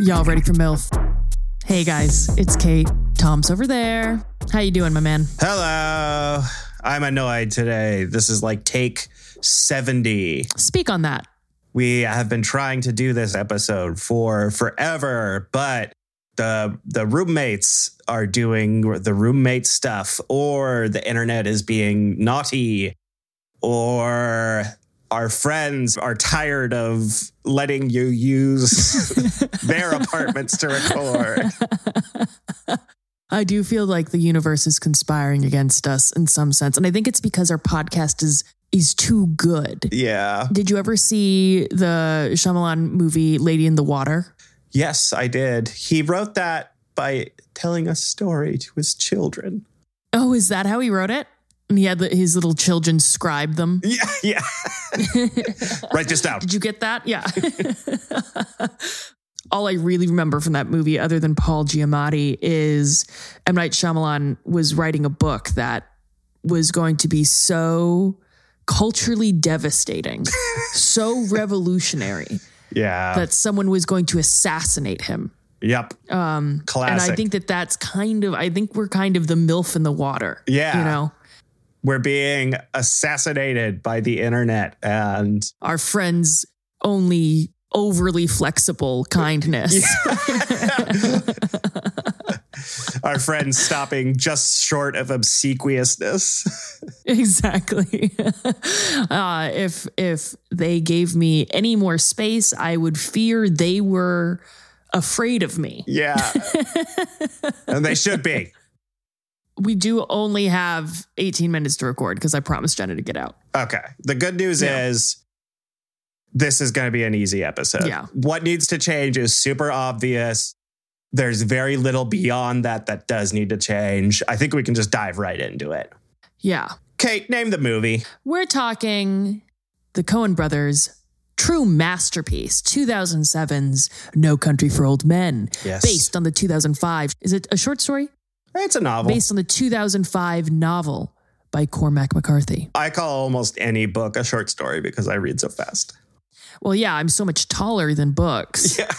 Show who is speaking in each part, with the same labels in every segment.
Speaker 1: Y'all ready for MILF? Hey guys, it's Kate. Tom's over there. How you doing, my man?
Speaker 2: Hello. I'm annoyed today. This is like take 70.
Speaker 1: Speak on that.
Speaker 2: We have been trying to do this episode for forever, but the the roommates are doing the roommate stuff or the internet is being naughty or our friends are tired of letting you use their apartments to record.
Speaker 1: I do feel like the universe is conspiring against us in some sense, and I think it's because our podcast is is too good.
Speaker 2: Yeah.
Speaker 1: Did you ever see the Shyamalan movie Lady in the Water?
Speaker 2: Yes, I did. He wrote that by telling a story to his children.
Speaker 1: Oh, is that how he wrote it? And he had the, his little children scribe them.
Speaker 2: Yeah, yeah. Write this down.
Speaker 1: Did you get that? Yeah. All I really remember from that movie, other than Paul Giamatti, is M. Night Shyamalan was writing a book that was going to be so culturally devastating, so revolutionary
Speaker 2: Yeah.
Speaker 1: that someone was going to assassinate him.
Speaker 2: yep. Um, Classic.
Speaker 1: And I think that that's kind of, I think we're kind of the MILF in the water.
Speaker 2: Yeah.
Speaker 1: You know,
Speaker 2: we're being assassinated by the internet, and
Speaker 1: our friends only overly flexible kindness.
Speaker 2: our friends stopping just short of obsequiousness.
Speaker 1: Exactly. uh, if if they gave me any more space, I would fear they were afraid of me.
Speaker 2: yeah. and they should be.
Speaker 1: We do only have 18 minutes to record because I promised Jenna to get out.
Speaker 2: Okay. The good news
Speaker 1: Yeah.
Speaker 2: is this is going to be an easy episode.
Speaker 1: Yeah.
Speaker 2: What needs to change is super obvious. There's very little beyond that that does need to change. I think we can just dive right into it.
Speaker 1: Yeah.
Speaker 2: Kate, name the movie.
Speaker 1: We're talking the Coen brothers true masterpiece 2007's No Country for Old Men
Speaker 2: Yes.
Speaker 1: based on the 2005 is it a short story
Speaker 2: It's a novel.
Speaker 1: based on the 2005 novel by Cormac McCarthy.
Speaker 2: I call almost any book a short story because I read so fast.
Speaker 1: Well, yeah, I'm so much taller than books.
Speaker 2: Yeah.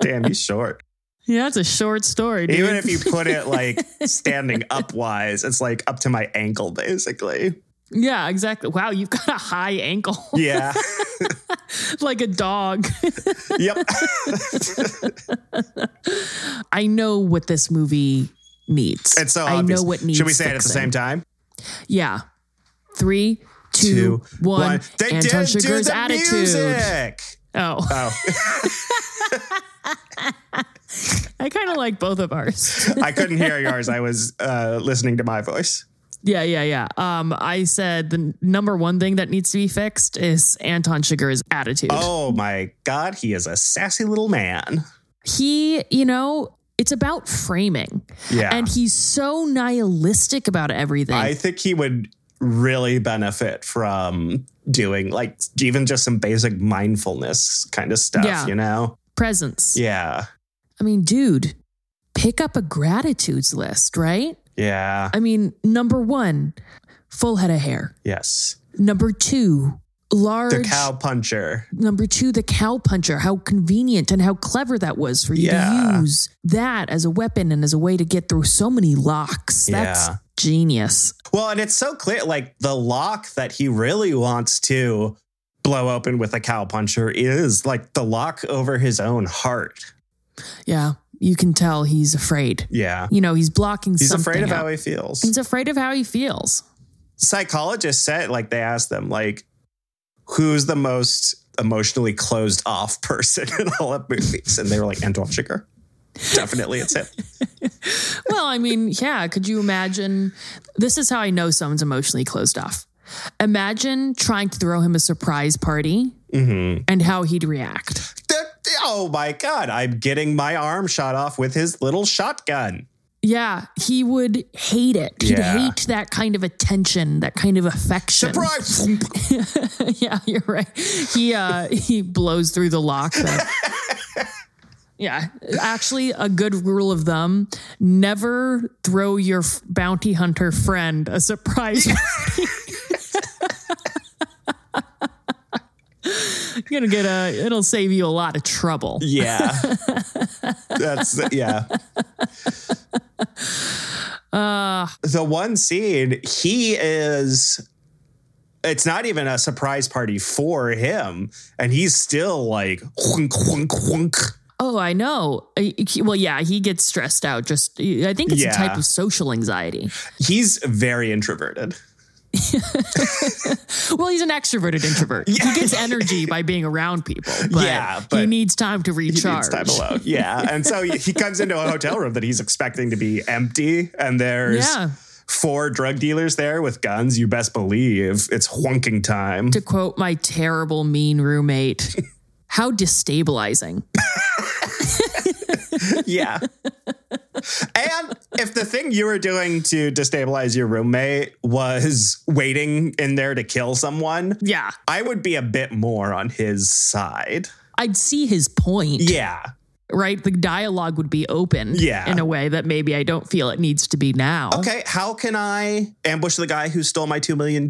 Speaker 2: Damn, he's short.
Speaker 1: Yeah, it's a short story, dude.
Speaker 2: Even if you put it like standing upwise, it's like up to my ankle, basically.
Speaker 1: yeah, exactly. Wow, you've got a high ankle,
Speaker 2: Yeah.
Speaker 1: like a dog.
Speaker 2: yep.
Speaker 1: I know what this movie needs.
Speaker 2: It's so
Speaker 1: I
Speaker 2: obvious.
Speaker 1: know what needs.
Speaker 2: Should we say it at the same time?
Speaker 1: time? Yeah, three, two,
Speaker 2: Two,
Speaker 1: one.
Speaker 2: one. They
Speaker 1: Anton
Speaker 2: didn't do
Speaker 1: Sugar's
Speaker 2: the
Speaker 1: attitude.
Speaker 2: music.
Speaker 1: Oh,
Speaker 2: Oh,
Speaker 1: I kind of like both of ours.
Speaker 2: I couldn't hear yours. I was uh, listening to my voice.
Speaker 1: yeah, yeah, yeah. Um, I said the number one thing that needs to be fixed is Anton Sugar's attitude.
Speaker 2: Oh my God, he is a sassy little man.
Speaker 1: he, you know, it's about framing.
Speaker 2: Yeah.
Speaker 1: And he's so nihilistic about everything.
Speaker 2: I think he would really benefit from doing like even just some basic mindfulness kind of stuff,
Speaker 1: Yeah.
Speaker 2: you know?
Speaker 1: Presence.
Speaker 2: Yeah.
Speaker 1: I mean, dude, pick up a gratitudes list, right?
Speaker 2: Yeah.
Speaker 1: I mean, number one, full head of hair.
Speaker 2: Yes.
Speaker 1: Number two, large.
Speaker 2: The cow puncher.
Speaker 1: Number two, the cow puncher. How convenient and how clever that was for you to
Speaker 2: Yeah.
Speaker 1: use that as a weapon and as a way to get through so many locks. That's
Speaker 2: Yeah.
Speaker 1: genius.
Speaker 2: Well, and it's so clear like the lock that he really wants to blow open with a cow puncher is like the lock over his own heart.
Speaker 1: Yeah. You can tell he's afraid.
Speaker 2: Yeah.
Speaker 1: You know, he's blocking
Speaker 2: He's
Speaker 1: something.
Speaker 2: afraid of
Speaker 1: out.
Speaker 2: how he feels.
Speaker 1: He's afraid of how he feels.
Speaker 2: psychologists said like they asked them like who's the most emotionally closed off person in all of movies and they were like anton Chigurh. definitely it's him
Speaker 1: Well, I mean, yeah, could you imagine? This is how I know someone's emotionally closed off. Imagine trying to throw him a surprise party and how he'd react.
Speaker 2: That- oh my god i'm getting my arm shot off with his little shotgun
Speaker 1: Yeah, he would hate it. He'd
Speaker 2: Yeah.
Speaker 1: hate that kind of attention, that kind of affection.
Speaker 2: surprise
Speaker 1: yeah, you're right. He uh he blows through the lock though. Yeah, actually, a good rule of thumb: never throw your f- bounty hunter friend a surprise. party. You're gonna get a. It'll save you a lot of trouble.
Speaker 2: Yeah. That's yeah.
Speaker 1: Uh,
Speaker 2: The one scene he is it's not even a surprise party for him and he's still like whunk, whunk, whunk.
Speaker 1: oh, I know. I- he- Well, yeah, he gets stressed out. Just, I think it's
Speaker 2: Yeah.
Speaker 1: a type of social anxiety.
Speaker 2: He's very introverted.
Speaker 1: Well, he's an extroverted introvert.
Speaker 2: Yeah.
Speaker 1: He gets energy by being around people. But
Speaker 2: Yeah,
Speaker 1: he
Speaker 2: but
Speaker 1: needs time to
Speaker 2: He
Speaker 1: recharge.
Speaker 2: needs time alone. Yeah. And so he he comes into a hotel room that he's expecting to be empty and there's
Speaker 1: Yeah.
Speaker 2: four drug dealers there with guns. You best believe it's honking time.
Speaker 1: To quote my terrible mean roommate, how destabilizing.
Speaker 2: yeah. And if the thing you were doing to destabilize your roommate was waiting in there to kill someone,
Speaker 1: Yeah.
Speaker 2: I would be a bit more on his side.
Speaker 1: I'd see his point,
Speaker 2: Yeah.
Speaker 1: right? The dialogue would be open
Speaker 2: Yeah.
Speaker 1: in a way that maybe I don't feel it needs to be now.
Speaker 2: Okay. How can I ambush the guy who stole my $2 million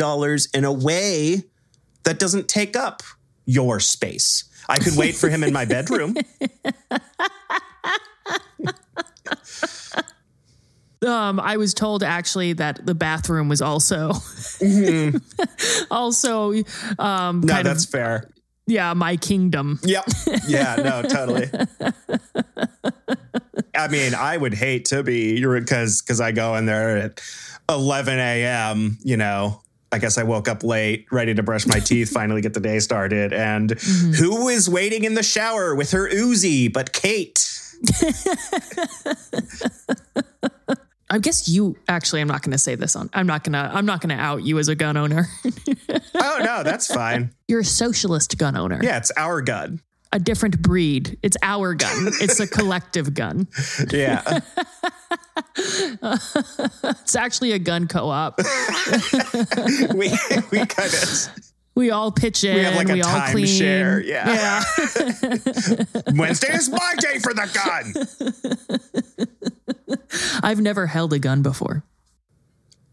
Speaker 2: in a way that doesn't take up your space? I could wait for him in my bedroom.
Speaker 1: Um, I was told actually that the bathroom was also
Speaker 2: Mm-hmm.
Speaker 1: also um
Speaker 2: No,
Speaker 1: kind
Speaker 2: that's
Speaker 1: of
Speaker 2: fair.
Speaker 1: yeah, my kingdom.
Speaker 2: Yep. Yeah, no, totally. I mean, I would hate to be because because I go in there at 11 a.m. You know, I guess I woke up late, ready to brush my teeth, finally get the day started. And who is waiting in the shower with her Uzi but Kate?
Speaker 1: I guess you actually I'm not gonna say this on I'm not gonna I'm not gonna out you as a gun owner.
Speaker 2: Oh no, that's fine.
Speaker 1: You're a socialist gun owner.
Speaker 2: Yeah, it's our gun.
Speaker 1: A different breed. It's our gun. it's a collective gun.
Speaker 2: Yeah,
Speaker 1: It's actually a gun co-op.
Speaker 2: we we kind of
Speaker 1: We all pitch in. We
Speaker 2: have like a
Speaker 1: all clean.
Speaker 2: timeshare.
Speaker 1: yeah.
Speaker 2: Yeah. Wednesday is my day for the gun.
Speaker 1: I've never held a gun before.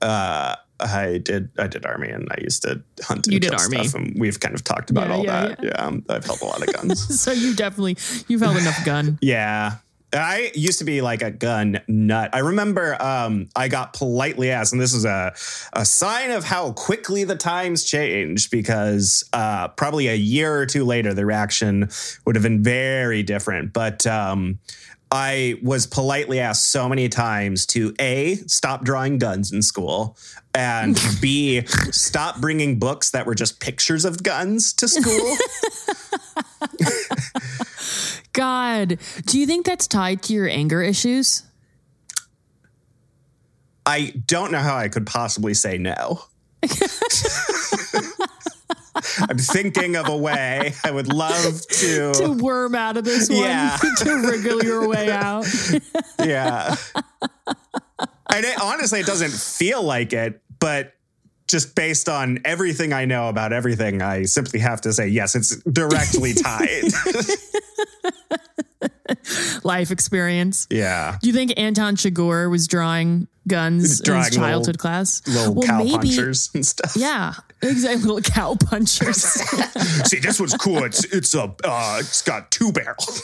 Speaker 2: uh, I did I did army and I used to hunt and
Speaker 1: You did
Speaker 2: kill
Speaker 1: army.
Speaker 2: stuff and we've kind of talked about
Speaker 1: Yeah,
Speaker 2: all
Speaker 1: yeah,
Speaker 2: that. Yeah. um, I've held a lot of guns.
Speaker 1: So you definitely you've held enough gun.
Speaker 2: yeah. I used to be like a gun nut. I remember um, I got politely asked, and this is a, a sign of how quickly the times changed because uh, probably a year or two later, the reaction would have been very different. But um, I was politely asked so many times to A, stop drawing guns in school, and B, stop bringing books that were just pictures of guns to school.
Speaker 1: God, do you think that's tied to your anger issues?
Speaker 2: I don't know how I could possibly say no. I'm thinking of a way I would love to.
Speaker 1: To worm out of this one,
Speaker 2: Yeah.
Speaker 1: to wriggle your way out.
Speaker 2: Yeah. And it, honestly, it doesn't feel like it, but just based on everything I know about everything, I simply have to say yes, it's directly tied.
Speaker 1: Life experience.
Speaker 2: yeah.
Speaker 1: Do you think Anton Chigurh was drawing guns
Speaker 2: Drawing
Speaker 1: in his
Speaker 2: little-
Speaker 1: childhood class?
Speaker 2: Little cow punchers and stuff.
Speaker 1: Yeah, exactly. Little cow punchers.
Speaker 2: See, this one's cool. It's it's a uh, it's got two barrels.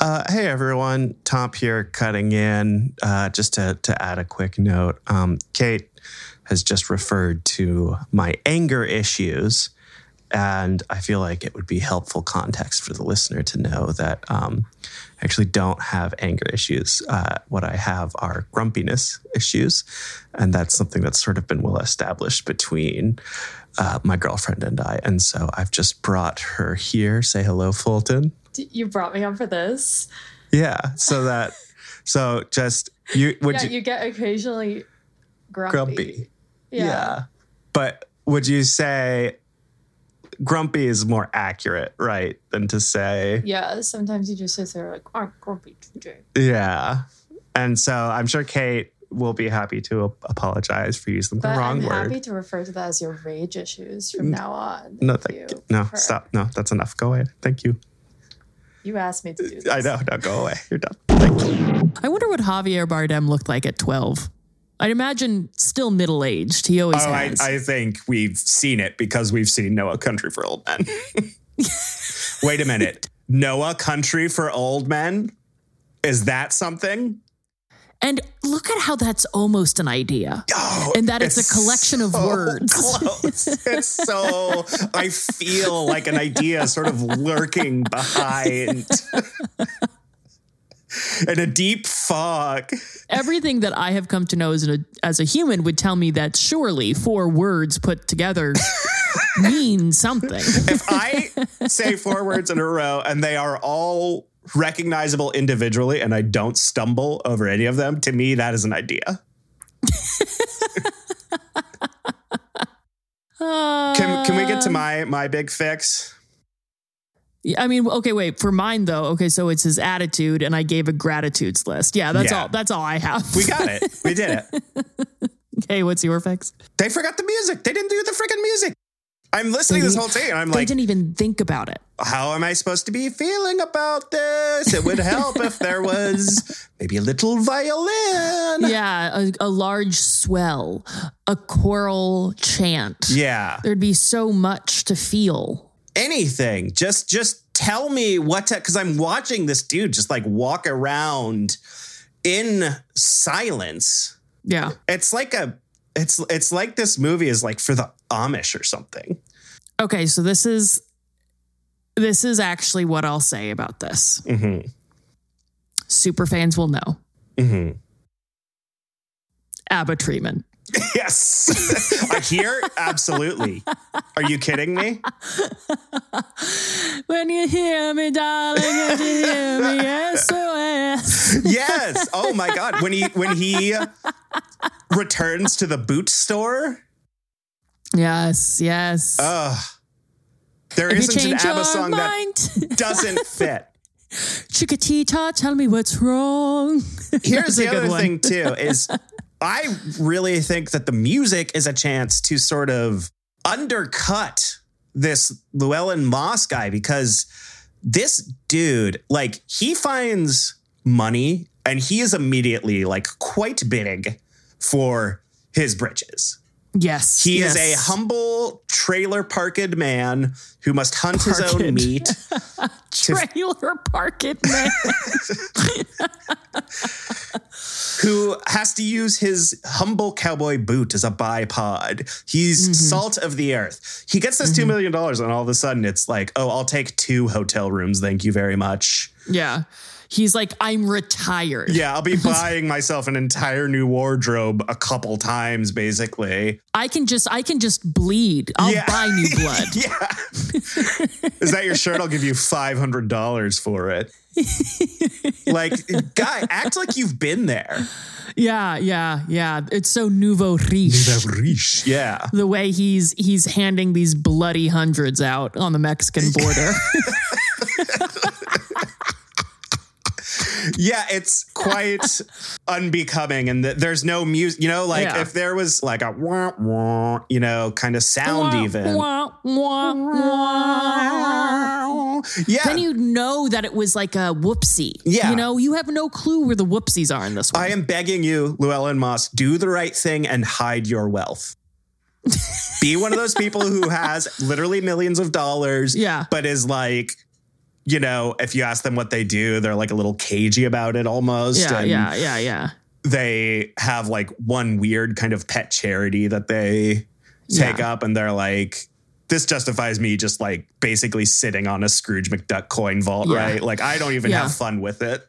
Speaker 2: Uh, hey everyone, Tom here cutting in. Uh, just to, to add a quick note, um, Kate has just referred to my anger issues, and I feel like it would be helpful context for the listener to know that um, I actually don't have anger issues. Uh, what I have are grumpiness issues, and that's something that's sort of been well established between uh, my girlfriend and I. And so I've just brought her here. Say hello, Fulton.
Speaker 3: You brought me on for this.
Speaker 2: Yeah. So that, so just you would
Speaker 3: yeah,
Speaker 2: you,
Speaker 3: you get occasionally grumpy.
Speaker 2: grumpy.
Speaker 3: Yeah.
Speaker 2: But would you say grumpy is more accurate, right? Than to say,
Speaker 3: Yeah, Sometimes you just sit there like, I'm grumpy today.
Speaker 2: yeah. And so I'm sure Kate will be happy to ap- apologize for using
Speaker 3: But
Speaker 2: the wrong
Speaker 3: I'm
Speaker 2: word.
Speaker 3: happy to refer to that as your rage issues from now on.
Speaker 2: no,
Speaker 3: Thank
Speaker 2: thank
Speaker 3: you
Speaker 2: no,
Speaker 3: for-
Speaker 2: stop. No, that's enough. Go away. Thank you.
Speaker 3: You asked me to do this.
Speaker 2: I know. No, go away. You're done. Thank you.
Speaker 1: I wonder what Javier Bardem looked like at twelve. I'd imagine still middle aged. He always
Speaker 2: Oh, I,
Speaker 1: has.
Speaker 2: I think we've seen it because we've seen Noah Country for Old Men. Wait a minute. Noah Country for Old Men? Is that something?
Speaker 1: and look at how that's almost an idea.
Speaker 2: Oh,
Speaker 1: And that it's a collection of
Speaker 2: so
Speaker 1: words.
Speaker 2: close. It's so, I feel like an idea sort of lurking behind. In a deep fog.
Speaker 1: Everything that I have come to know as a as a human would tell me that surely four words put together mean something.
Speaker 2: If I say four words in a row and they are all recognizable individually and I don't stumble over any of them, to me, that is an idea. Can, can we get to
Speaker 1: Um.
Speaker 2: my my big fix?
Speaker 1: Yeah, Uh, I mean, okay, wait. For mine though, okay, so it's his attitude, and I gave a gratitudes list. Yeah, that's
Speaker 2: Yeah.
Speaker 1: all. That's all I have.
Speaker 2: We got it. We did it.
Speaker 1: okay, what's your fix?
Speaker 2: They forgot the music. They didn't do the freaking music. I'm listening to this whole thing and I'm
Speaker 1: they
Speaker 2: like,
Speaker 1: didn't even think about it.
Speaker 2: how am I supposed to be feeling about this? It would help if there was maybe a little violin.
Speaker 1: Yeah, a, a large swell, a choral chant.
Speaker 2: Yeah.
Speaker 1: There'd be so much to feel.
Speaker 2: anything. Just just tell me what to because I'm watching this dude just like walk around in silence.
Speaker 1: Yeah.
Speaker 2: It's like a it's it's like this movie is like for the Amish or something.
Speaker 1: Okay, so this is this is actually what I'll say about this.
Speaker 2: Mm-hmm.
Speaker 1: Super fans will know.
Speaker 2: Mm-hmm.
Speaker 1: ABBA treatment.
Speaker 2: Yes, I hear absolutely. Are you kidding me?
Speaker 1: When you hear me, darling, and you hear me, SOS.
Speaker 2: Yes. Oh my god. When he when he returns to the boot store.
Speaker 1: Yes, yes.
Speaker 2: Ugh. There
Speaker 1: if you
Speaker 2: not an
Speaker 1: change
Speaker 2: ABBA
Speaker 1: your
Speaker 2: song that
Speaker 1: mind,
Speaker 2: doesn't fit.
Speaker 1: Chickatita, tell me what's wrong.
Speaker 2: Here's
Speaker 1: That's a
Speaker 2: the
Speaker 1: good
Speaker 2: other
Speaker 1: one.
Speaker 2: thing too is I really think that the music is a chance to sort of undercut this Llewellyn Moss guy because this dude, like, he finds money and he is immediately like quite big for his britches.
Speaker 1: Yes,
Speaker 2: He
Speaker 1: yes.
Speaker 2: is a humble trailer parked man who must hunt his
Speaker 1: Parked.
Speaker 2: own meat.
Speaker 1: trailer park it man.
Speaker 2: who has to use his humble cowboy boot as a bipod. He's salt of the earth. He gets this $2 million dollars, and all of a sudden it's like, oh, I'll take two hotel rooms. Thank you very much.
Speaker 1: yeah, he's like, I'm retired.
Speaker 2: Yeah, I'll be buying myself an entire new wardrobe a couple times, basically.
Speaker 1: I can just, I can just bleed. I'll
Speaker 2: Yeah.
Speaker 1: buy new blood.
Speaker 2: Yeah. Is that your shirt? I'll give you $500 for it. like, guy, act like you've been there.
Speaker 1: yeah, yeah, yeah. It's so nouveau riche.
Speaker 2: Yeah.
Speaker 1: the way he's he's handing these bloody hundreds out on the Mexican border.
Speaker 2: Yeah, it's quite unbecoming, and th- there's no music. You know, like
Speaker 1: Yeah.
Speaker 2: if there was like a wah, wah, you know kind of sound, even
Speaker 1: Wah, wah, wah.
Speaker 2: yeah.
Speaker 1: Then you know that it was like a whoopsie.
Speaker 2: Yeah.
Speaker 1: You know, you have no clue where the whoopsies are in this one.
Speaker 2: I am begging you, Llewellyn Moss, do the right thing and hide your wealth. Be one of those people who has literally millions of dollars,
Speaker 1: Yeah.
Speaker 2: but is like, you know, if you ask them what they do, they're like a little cagey about it almost.
Speaker 1: yeah,
Speaker 2: and
Speaker 1: yeah, yeah, yeah.
Speaker 2: they have like one weird kind of pet charity that they take
Speaker 1: Yeah.
Speaker 2: up and they're like this justifies me just like basically sitting on a Scrooge McDuck coin vault,
Speaker 1: Yeah.
Speaker 2: right? Like I don't even
Speaker 1: Yeah.
Speaker 2: have fun with it.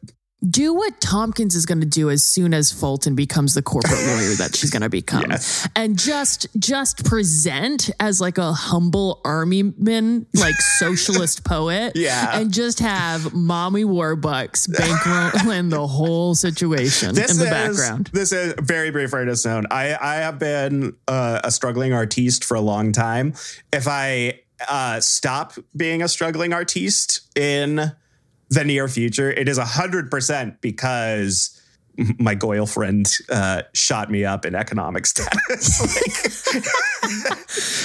Speaker 1: Do what Tompkins is going to do as soon as Fulton becomes the corporate lawyer that she's going to become,
Speaker 2: Yes.
Speaker 1: and just just present as like a humble armyman, like socialist poet,
Speaker 2: Yeah.
Speaker 1: and just have mommy Warbucks bankrolling the whole situation
Speaker 2: This
Speaker 1: in the
Speaker 2: is
Speaker 1: backgrond.
Speaker 2: this is very brief artist zone. I I have been uh, a struggling artiste for a long time. If I uh, stop being a struggling artiste in the near future, it is hundred percent because my Goyle friend uh, shot me up in economic status. Like,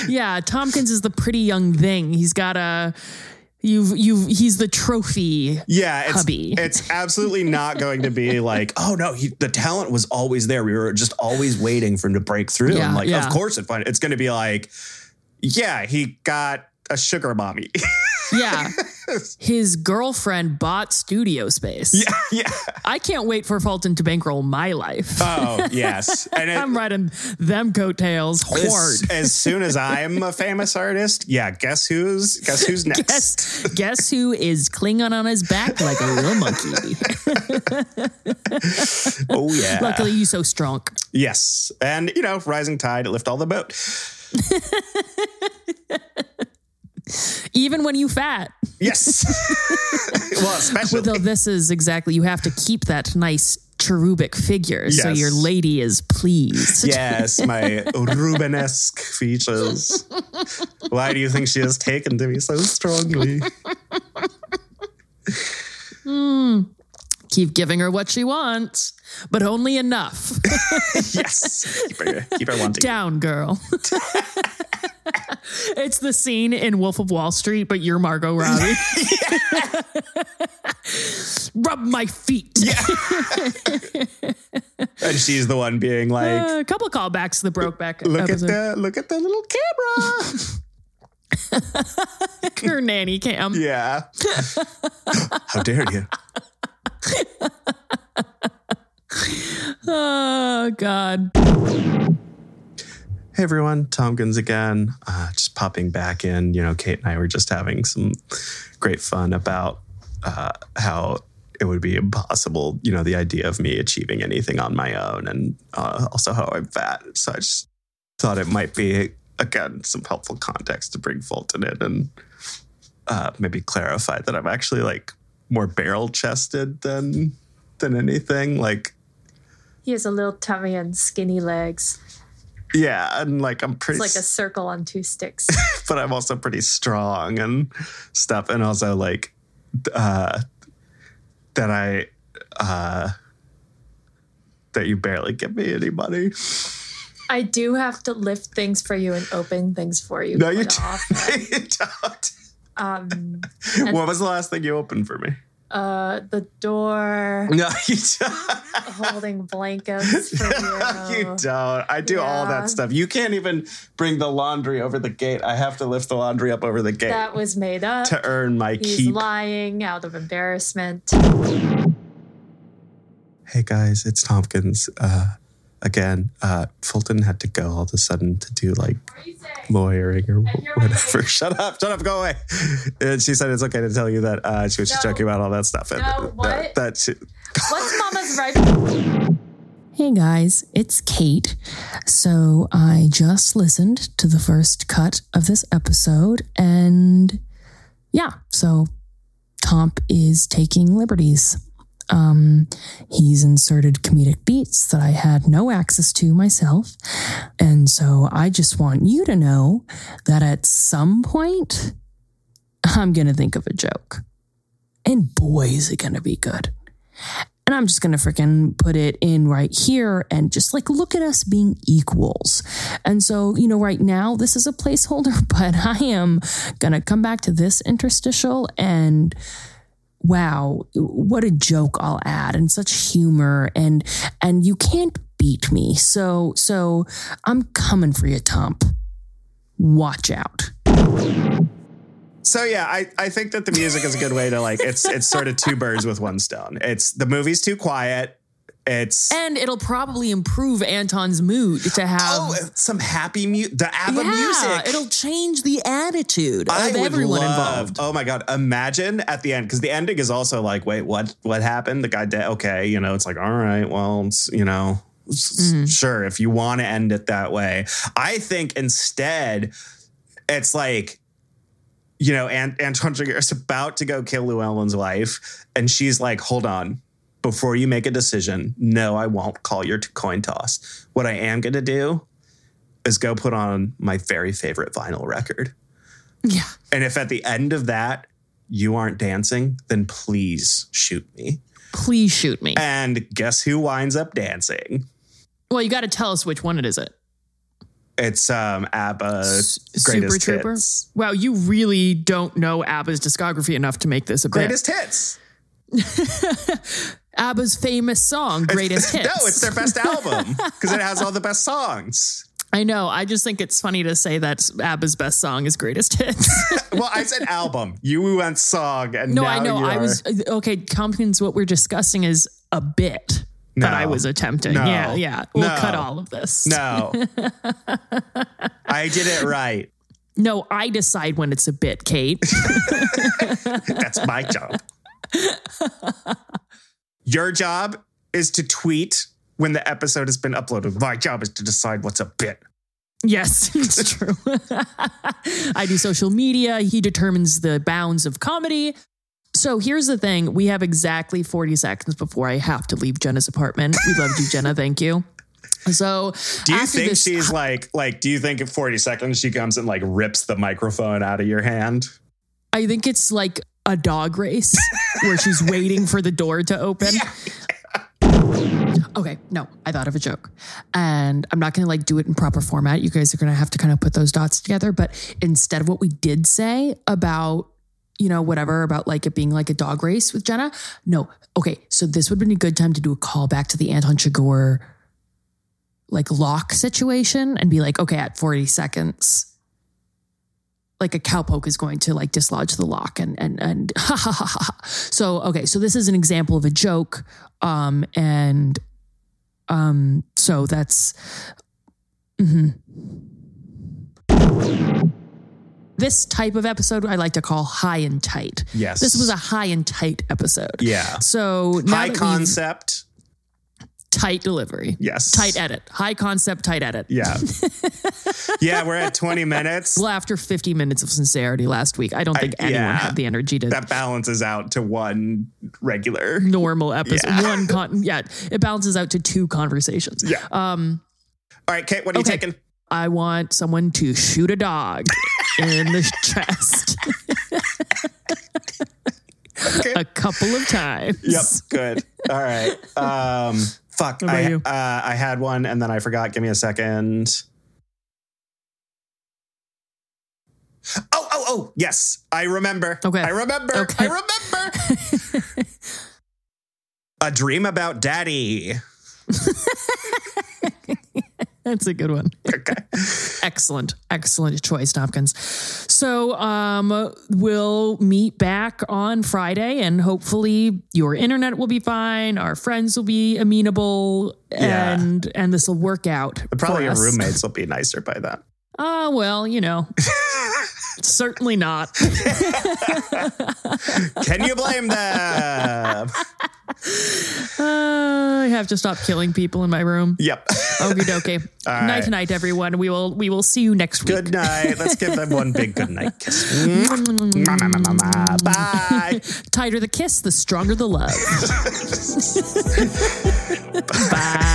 Speaker 1: Yeah, Tompkins is the pretty young thing. He's got a You've you've he's the trophy.
Speaker 2: Yeah, it's
Speaker 1: Hubby.
Speaker 2: it's absolutely not going to be like, oh no, he, the talent was always there. We were just always waiting for him to break through.
Speaker 1: Yeah,
Speaker 2: and like,
Speaker 1: yeah.
Speaker 2: of course, it, fin- it's going to be like, yeah, he got a sugar mommy.
Speaker 1: Yeah. His girlfriend bought studio space.
Speaker 2: yeah, yeah.
Speaker 1: I can't wait for Fulton to bankroll my life.
Speaker 2: Oh yes, and it,
Speaker 1: I'm riding them coattails
Speaker 2: as,
Speaker 1: hard.
Speaker 2: as soon as I'm a famous artist, yeah, guess who's guess who's next?
Speaker 1: Guess, guess who is clinging on his back like a little monkey?
Speaker 2: Oh yeah,
Speaker 1: Luckily, you so strong.
Speaker 2: yes, and you know, rising tide lift all the boat.
Speaker 1: Even when you fat.
Speaker 2: Yes, well, especially
Speaker 1: Though this is exactly, you have to keep that nice cherubic figure so
Speaker 2: Yes.
Speaker 1: your lady is pleased.
Speaker 2: Yes, my Rubenesque features. Why do you think she has taken to me so strongly?
Speaker 1: Keep giving her what she wants, but only enough.
Speaker 2: Yes. Keep her, keep her wanting.
Speaker 1: Down, girl. it's the scene in Wolf of Wall Street, but you're Margot Robbie. Rub my feet.
Speaker 2: And she's the one being like,
Speaker 1: Uh, a couple callbacks to the Brokeback
Speaker 2: look at
Speaker 1: episode.
Speaker 2: the look at the little camera.
Speaker 1: Her nanny cam.
Speaker 2: Yeah. How dare you?
Speaker 1: Oh, God.
Speaker 2: Hey everyone, Tompkins again. Uh, just popping back in. You know, Kate and I were just having some great fun about uh, how it would be impossible. You know, the idea of me achieving anything on my own, and uh, also how I'm fat. So I just thought it might be again some helpful context to bring Fulton in and uh, maybe clarify that I'm actually like more barrel chested than than anything. Like,
Speaker 3: He has a little tummy and skinny legs.
Speaker 2: yeah, and like I'm
Speaker 3: It's
Speaker 2: pretty
Speaker 3: like a circle on two sticks.
Speaker 2: but I'm also pretty strong and stuff. And also like uh, that I uh, that you barely give me any money.
Speaker 3: I do have to lift things for you and open things for you.
Speaker 2: No, you
Speaker 3: quite often.
Speaker 2: You don't.
Speaker 3: Um,
Speaker 2: What was the last thing you opened for me?
Speaker 3: uh, the door,
Speaker 2: No, you don't.
Speaker 3: holding blankets for you.
Speaker 2: you don't. I do all
Speaker 3: Oh, Yeah.
Speaker 2: that stuff. You can't even bring the laundry over the gate. I have to lift the laundry up over the gate
Speaker 3: That was made up.
Speaker 2: to earn my
Speaker 3: He's
Speaker 2: keep.
Speaker 3: lying out of embarrassment.
Speaker 2: hey guys, it's Tompkins uh, again. Uh, Fulton had to go all of a sudden to do like lawyering or
Speaker 3: you're
Speaker 2: whatever. Shut up, shut up, go away. And she said it's okay to tell you that uh, she was just
Speaker 3: No.
Speaker 2: joking about all that stuff. And
Speaker 3: No,
Speaker 2: that-
Speaker 3: what?
Speaker 2: That, she,
Speaker 3: What's Mama's right?
Speaker 1: Hey guys, it's Kate. So I just listened to the first cut of this episode, and yeah, so Tomp is taking liberties. Um, he's inserted comedic beats that I had no access to myself. And so I just want you to know that at some point, I'm going to think of a joke. And boy, is it going to be good. And I'm just going to freaking put it in right here and just like look at us being equals. And so, you know, right now, this is a placeholder, but I am going to come back to this interstitial and wow, what a joke I'll add and such humor and and you can't beat me. So so I'm coming for you, Tomp. Watch out.
Speaker 2: So yeah, I, I think that the music is a good way to like it's it's sort of two birds with one stone. It's the movie's too quiet. It's
Speaker 1: And it'll probably improve Anton's mood to have
Speaker 2: oh some happy music. The ABBA music.
Speaker 1: It'll change the attitude of
Speaker 2: would
Speaker 1: everyone
Speaker 2: love-
Speaker 1: involved.
Speaker 2: Oh my god! Imagine at the end because the ending is also like, wait, what? What happened? The guy dead. Okay, you know, it's like, all right, well, it's, you know, s-
Speaker 1: Mhm.
Speaker 2: sure. If you want to end it that way, I think instead, it's like. You know, Ant- Antoine Trigger is about to go kill Llewellyn's wife, and she's like, "Hold on, before you make a decision, no, I won't call your t- coin toss. What I am going to do is go put on my very favorite vinyl record."
Speaker 1: Yeah.
Speaker 2: And if at the end of that you aren't dancing, then please shoot me.
Speaker 1: Please shoot me.
Speaker 2: And guess who winds up dancing?
Speaker 1: Well, you got to tell us which one it is. It.
Speaker 2: It's um ABBA
Speaker 1: S- Super
Speaker 2: greatest
Speaker 1: Trooper.
Speaker 2: hits.
Speaker 1: Wow, you really don't know ABBA's discography enough to make this a bit.
Speaker 2: Greatest hits.
Speaker 1: ABBA's famous song, Greatest Hits.
Speaker 2: No, it's their best album because it has all the best songs.
Speaker 1: I know. I just think it's funny to say that ABBA's best song is Greatest Hits.
Speaker 2: Well, I said album. You went song, and
Speaker 1: no,
Speaker 2: now
Speaker 1: I know.
Speaker 2: you
Speaker 1: I
Speaker 2: are-
Speaker 1: was okay. Compkins, what we're discussing is a bit that
Speaker 2: No.
Speaker 1: I was attempting.
Speaker 2: No.
Speaker 1: Yeah, yeah. We'll
Speaker 2: No.
Speaker 1: cut all of this.
Speaker 2: No, I did it right.
Speaker 1: No, I decide when it's a bit, Kate.
Speaker 2: That's my job. Your job is to tweet when the episode has been uploaded. My job is to decide what's a bit.
Speaker 1: yes, it's true. I do social media. He determines the bounds of comedy. So here's the thing we have exactly 40 seconds before I have to leave Jenna's apartment. We love you, Jenna. Thank you. So,
Speaker 2: Do you
Speaker 1: after
Speaker 2: think
Speaker 1: this-
Speaker 2: she's like like do you think in 40 seconds she comes and like rips the microphone out of your hand?
Speaker 1: I think it's like a dog race where she's waiting for the door to open. Okay, no, I thought of a joke. And I'm not going to like do it in proper format. You guys are going to have to kind of put those dots together, but instead of what we did say about you know whatever about like it being like a dog race with Jenna, no. Okay, so this would have been a good time to do a callback to the Anton Chigurh like lock situation and be like, okay, at 40 seconds, like a cowpoke is going to like dislodge the lock and and and ha ha ha ha. ha. So okay, so this is an example of a joke, um, and um, so that's. mhm. This type of episode I like to call high and tight.
Speaker 2: Yes.
Speaker 1: This was a high and tight episode.
Speaker 2: Yeah.
Speaker 1: So now
Speaker 2: High
Speaker 1: that we've-
Speaker 2: concept.
Speaker 1: tight delivery,
Speaker 2: Yes.
Speaker 1: tight edit, high concept, tight edit.
Speaker 2: Yeah. yeah, we're at 20 minutes.
Speaker 1: Well, after 50 minutes of sincerity last week, I don't think anyone
Speaker 2: yeah.
Speaker 1: had the energy to
Speaker 2: That balances out to one regular.
Speaker 1: normal episode.
Speaker 2: Yeah.
Speaker 1: One con yeah, it balances out to two conversations.
Speaker 2: Yeah.
Speaker 1: Um,
Speaker 2: All right, Kate, what are
Speaker 1: Okay.
Speaker 2: you taking?
Speaker 1: I want someone to shoot a dog in the chest
Speaker 2: Okay.
Speaker 1: a couple of times.
Speaker 2: Yep, good. All right. Um fuck.
Speaker 1: What about
Speaker 2: I
Speaker 1: you?
Speaker 2: uh I had one and then I forgot. Give me a second. Oh, oh, oh, yes. I remember.
Speaker 1: Okay.
Speaker 2: I remember.
Speaker 1: Okay.
Speaker 2: I remember. a dream about daddy.
Speaker 1: That's a good one.
Speaker 2: Okay.
Speaker 1: Excellent, excellent choice, Tompkins. So, um, we'll meet back on Friday, and hopefully, your internet will be fine. Our friends will be amenable,
Speaker 2: Yeah.
Speaker 1: and and this will work out.
Speaker 2: Probably
Speaker 1: for
Speaker 2: your
Speaker 1: us.
Speaker 2: roommates will be nicer by then.
Speaker 1: Ah, well, you know, certainly not.
Speaker 2: Can you blame them?
Speaker 1: Uh, I have to stop killing people in my room.
Speaker 2: yep.
Speaker 1: Okie dokie.
Speaker 2: right.
Speaker 1: Night night, everyone. We will we will see you next week.
Speaker 2: Good night. Let's give them one big good night kiss. Mwah, mwah, mwah, mwah, mwah. Bye.
Speaker 1: Tighter the kiss, the stronger the love. Bye.